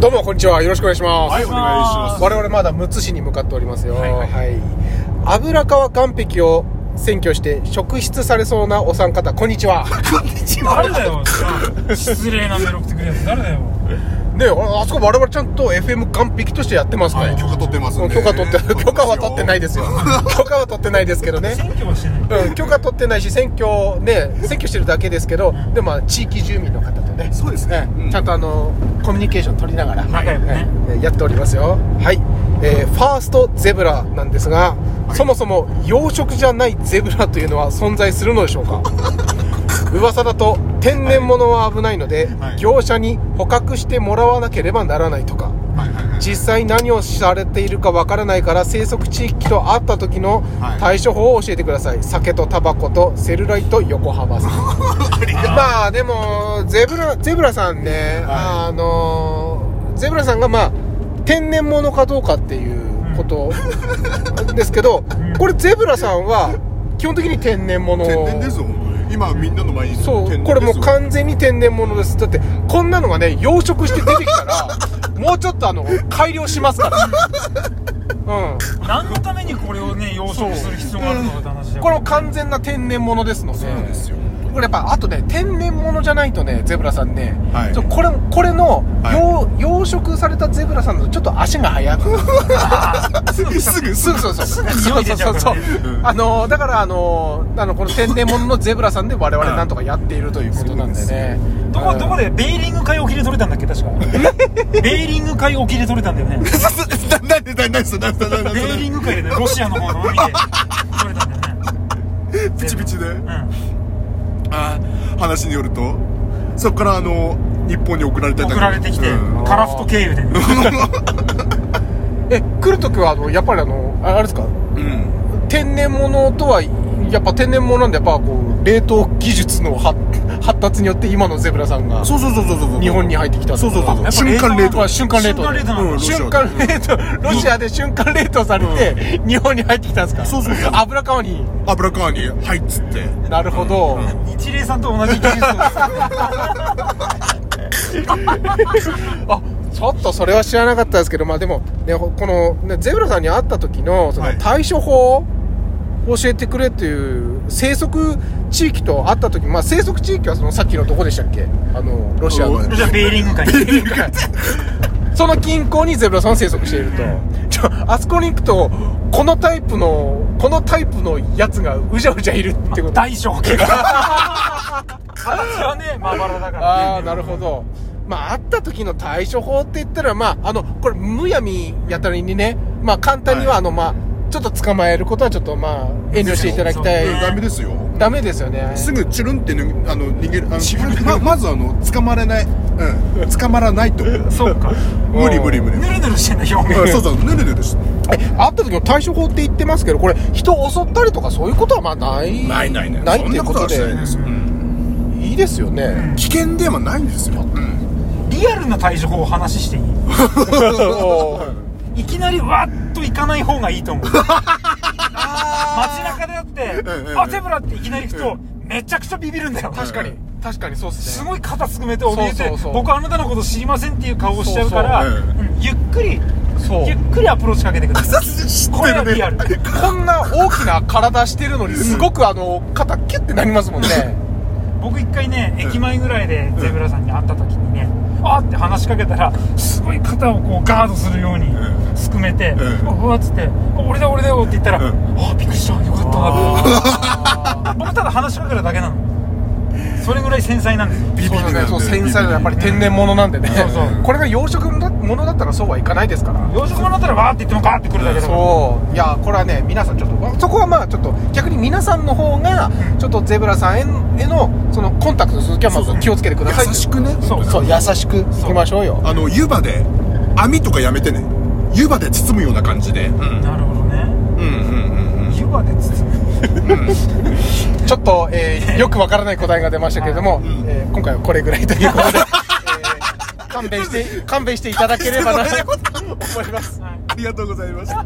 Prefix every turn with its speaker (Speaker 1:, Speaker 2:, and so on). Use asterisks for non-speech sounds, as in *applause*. Speaker 1: どうもこんにちはよろしくお願いします、
Speaker 2: はいお願いします
Speaker 1: 我々まだむつ市に向かっておりますよ
Speaker 2: はいはい
Speaker 1: 油川岸壁を占拠して職質されそうなお三方こんにちは
Speaker 2: 誰だよ失礼なメール送ってくるやつ誰だよ
Speaker 1: ねえああそこ我々ちゃんと FM 岸壁としてやってますから、
Speaker 3: はい、許可取ってますんで
Speaker 1: 許可取って *laughs*
Speaker 3: *laughs*
Speaker 1: 許可は取ってないですすよ許可は取ってないですけどね
Speaker 2: 選挙はしてない
Speaker 1: うん、許可取ってないし選挙ね選挙してるだけですけどでもまあ地域住民の方とね
Speaker 3: そうですね、
Speaker 1: ちゃんとあのコミュニケーション取りながら、
Speaker 2: 仲良くね
Speaker 1: えやっておりますよはい、えーファーストゼブラなんですが、そもそも養殖じゃないゼブラというのは存在するのでしょう
Speaker 3: *laughs*
Speaker 1: か噂だと天然物は危ないので、
Speaker 3: はい
Speaker 1: 業者に捕獲してもらわなければならないとか
Speaker 3: はいはいはい
Speaker 1: 実際何をされているかわからないから生息地域と会った時の
Speaker 3: はい
Speaker 1: 対処法を教えてください、酒とタバコとセルライト横幅
Speaker 3: *laughs*
Speaker 1: さんまあでもゼブラゼブラさんね、あのゼブラさんがまあ天然物かどうかっていうこと、ですけどこれゼブラさんは基本的に天然物
Speaker 3: 天然ですよ本当に今みんなの前に
Speaker 1: そうこれもう完全に天然物ですだってこんなのがね養殖して出てきたら *laughs* もうちょっとあの改良しますからうん
Speaker 2: 何のためにこれをね養殖する必要があるのかって話だよ
Speaker 1: これも完全な天然物ですので
Speaker 3: なんですよ
Speaker 1: これやっぱあとね天然物じゃないとねゼブラさんね、
Speaker 3: はい
Speaker 1: ちょこれこれの、
Speaker 3: はい
Speaker 1: 養養殖されたゼブラさんのちょっと足が速く
Speaker 3: すぐすぐ
Speaker 1: すぐそうそうそう
Speaker 2: すぐ
Speaker 1: そ
Speaker 2: 匂
Speaker 1: う
Speaker 2: い
Speaker 1: そう
Speaker 2: 出ち
Speaker 1: そ
Speaker 2: ゃ
Speaker 1: う
Speaker 2: うからね
Speaker 3: うん
Speaker 1: あのだからあのあのこの天然物のゼブラさんで我々なんとかやっているということなんでね
Speaker 2: どこどこでベーリング海沖で取れたんだっけ確かベーリング海沖で取れたんだよね
Speaker 3: *laughs* 何で何で何で何で
Speaker 2: ベーリン
Speaker 3: 何
Speaker 2: グ海でねロシアの方の海で取れたんだよね
Speaker 3: でピチピチで
Speaker 2: うん
Speaker 3: あー話によるとそこからあの日本に送られて
Speaker 2: 送られてき
Speaker 1: *laughs*
Speaker 2: て
Speaker 3: うん
Speaker 2: カラフト経由で
Speaker 1: え来るときはあのやっぱりあのああれですか
Speaker 3: うん
Speaker 1: 天然物とはやっぱ天然物なんでやっぱこう冷凍技術の発 *laughs* 発達によって今のゼブラさんが
Speaker 3: そうそうそうそうそう
Speaker 1: 日本に入ってきた
Speaker 3: そうそうそうそう
Speaker 1: あ
Speaker 3: 瞬間冷
Speaker 1: やっ
Speaker 3: 凍
Speaker 1: ぱ瞬間冷凍
Speaker 2: 瞬間冷凍なん
Speaker 3: だ
Speaker 1: 瞬間冷凍ロシアで瞬間冷凍されて、日本に入ってきたんですか
Speaker 3: そうそうそう
Speaker 1: 油川に
Speaker 3: 油川に「はい」っつって
Speaker 1: なるほど、
Speaker 2: だ一礼さんと同じ技術を
Speaker 1: あちょっとそれは知らなかったですけどまあでも、ね、ほこの、ね、ゼブラさんに会った時のそ
Speaker 3: は
Speaker 1: の
Speaker 3: い
Speaker 1: 対処法を教えてくれっていう生息地域と会った時、まあ、生息地域はそのさっきのどこでしたっけあのロシアの
Speaker 3: お
Speaker 2: じゃあベーリング海
Speaker 1: その近郊にゼブラさんは生息していると、ちょあそこに行くとこのタイプのこのタイプのやつがうじゃうじゃいるって
Speaker 3: *laughs*
Speaker 1: こと
Speaker 2: 大小怪我形はねまばらだから
Speaker 1: ああなるほどまあ会った時の対処法って言ったらまああのこれむやみやたらにねまあ簡単には
Speaker 3: はい
Speaker 1: あの、まあちょっと捕まえることはちょっとまあ遠慮していただきたい
Speaker 2: そうそう
Speaker 3: ダメですよ
Speaker 1: ダメですよね
Speaker 3: すぐチュルンってぬあの逃げるあの
Speaker 2: チュルン
Speaker 3: ままずあの捕まれないうん捕まらな
Speaker 1: *laughs*
Speaker 3: いと
Speaker 2: そうか
Speaker 3: 無理無理無理
Speaker 2: ぬるぬるしてんだ表
Speaker 3: うん
Speaker 2: 面
Speaker 3: そうそうぬるぬるし
Speaker 1: え会った時の対処法って言ってますけどこれ人を襲ったりとかそういうことはまあない
Speaker 3: ないないない
Speaker 1: ない
Speaker 3: そ
Speaker 1: っ
Speaker 3: ん
Speaker 1: てい
Speaker 3: な
Speaker 1: うこ
Speaker 3: こと
Speaker 1: とで
Speaker 3: はしないですようん
Speaker 1: いいですよね、
Speaker 3: 危険ではないんです *laughs* よ
Speaker 2: リアルな対処法を話していいいきなりわっと行かない方がいいと
Speaker 3: *laughs*
Speaker 2: 思う街中であって
Speaker 3: うんうんう
Speaker 2: 「
Speaker 3: ん
Speaker 2: あゼブラ」っていきなり行くとめちゃくちゃビビるんだよ
Speaker 1: 確かに確かにそうっす
Speaker 2: す
Speaker 1: ね
Speaker 2: ごい肩すくめて怯
Speaker 1: そう
Speaker 2: えて
Speaker 1: そうそう
Speaker 2: 僕あなたのこと知りませんっていう顔をしちゃうから
Speaker 3: そうそう
Speaker 2: うんゆっくり
Speaker 1: そう
Speaker 2: ゆっくりアプローチかけてください
Speaker 3: 知
Speaker 2: これはリアル
Speaker 3: *laughs*
Speaker 1: こんな大きな体してるのにすごくあの肩キュッてなりますもんね
Speaker 2: 僕一回ね駅前ぐらいでゼブラさんに会った時にねあーって話しかけたらすごい肩をこうガードするように
Speaker 3: うん
Speaker 2: すくめて「
Speaker 3: うん
Speaker 2: うわ」っつって「あ俺だ俺だよ」って言ったら「
Speaker 3: うん
Speaker 2: ああびっくりしたよかったな」僕ただ話しかけただけなのそれぐらい繊細なんですよ
Speaker 3: ビビ
Speaker 1: そう
Speaker 3: リ
Speaker 1: です
Speaker 3: な
Speaker 1: ね
Speaker 3: ん
Speaker 1: そう
Speaker 3: で
Speaker 1: 繊細なやっぱり天然物なんでね、
Speaker 2: そうそう
Speaker 1: これが養殖ものだったらそうはいかないですから
Speaker 2: 養殖物だったらわーって言ってもガーってくるだけだから
Speaker 1: そういやこれはね皆さんちょっとそこはまあちょっと逆に皆さんの方がちょっとゼブラさんへへのそのコンタクトする時はまず気をつけてください
Speaker 3: 優しくね
Speaker 2: そう
Speaker 1: そう優しくいきましょうよ
Speaker 3: あの湯葉で網とかやめてね湯葉で包むような感じでうん
Speaker 2: なるほどね
Speaker 3: うんうんうん
Speaker 2: 湯葉で包む
Speaker 1: ちょっと、えーよくわからない答えが出ましたけれども、えー今回はこれぐらいということで、えー勘弁
Speaker 3: *laughs*
Speaker 1: して勘弁していただければなと思います
Speaker 3: ありがとうございました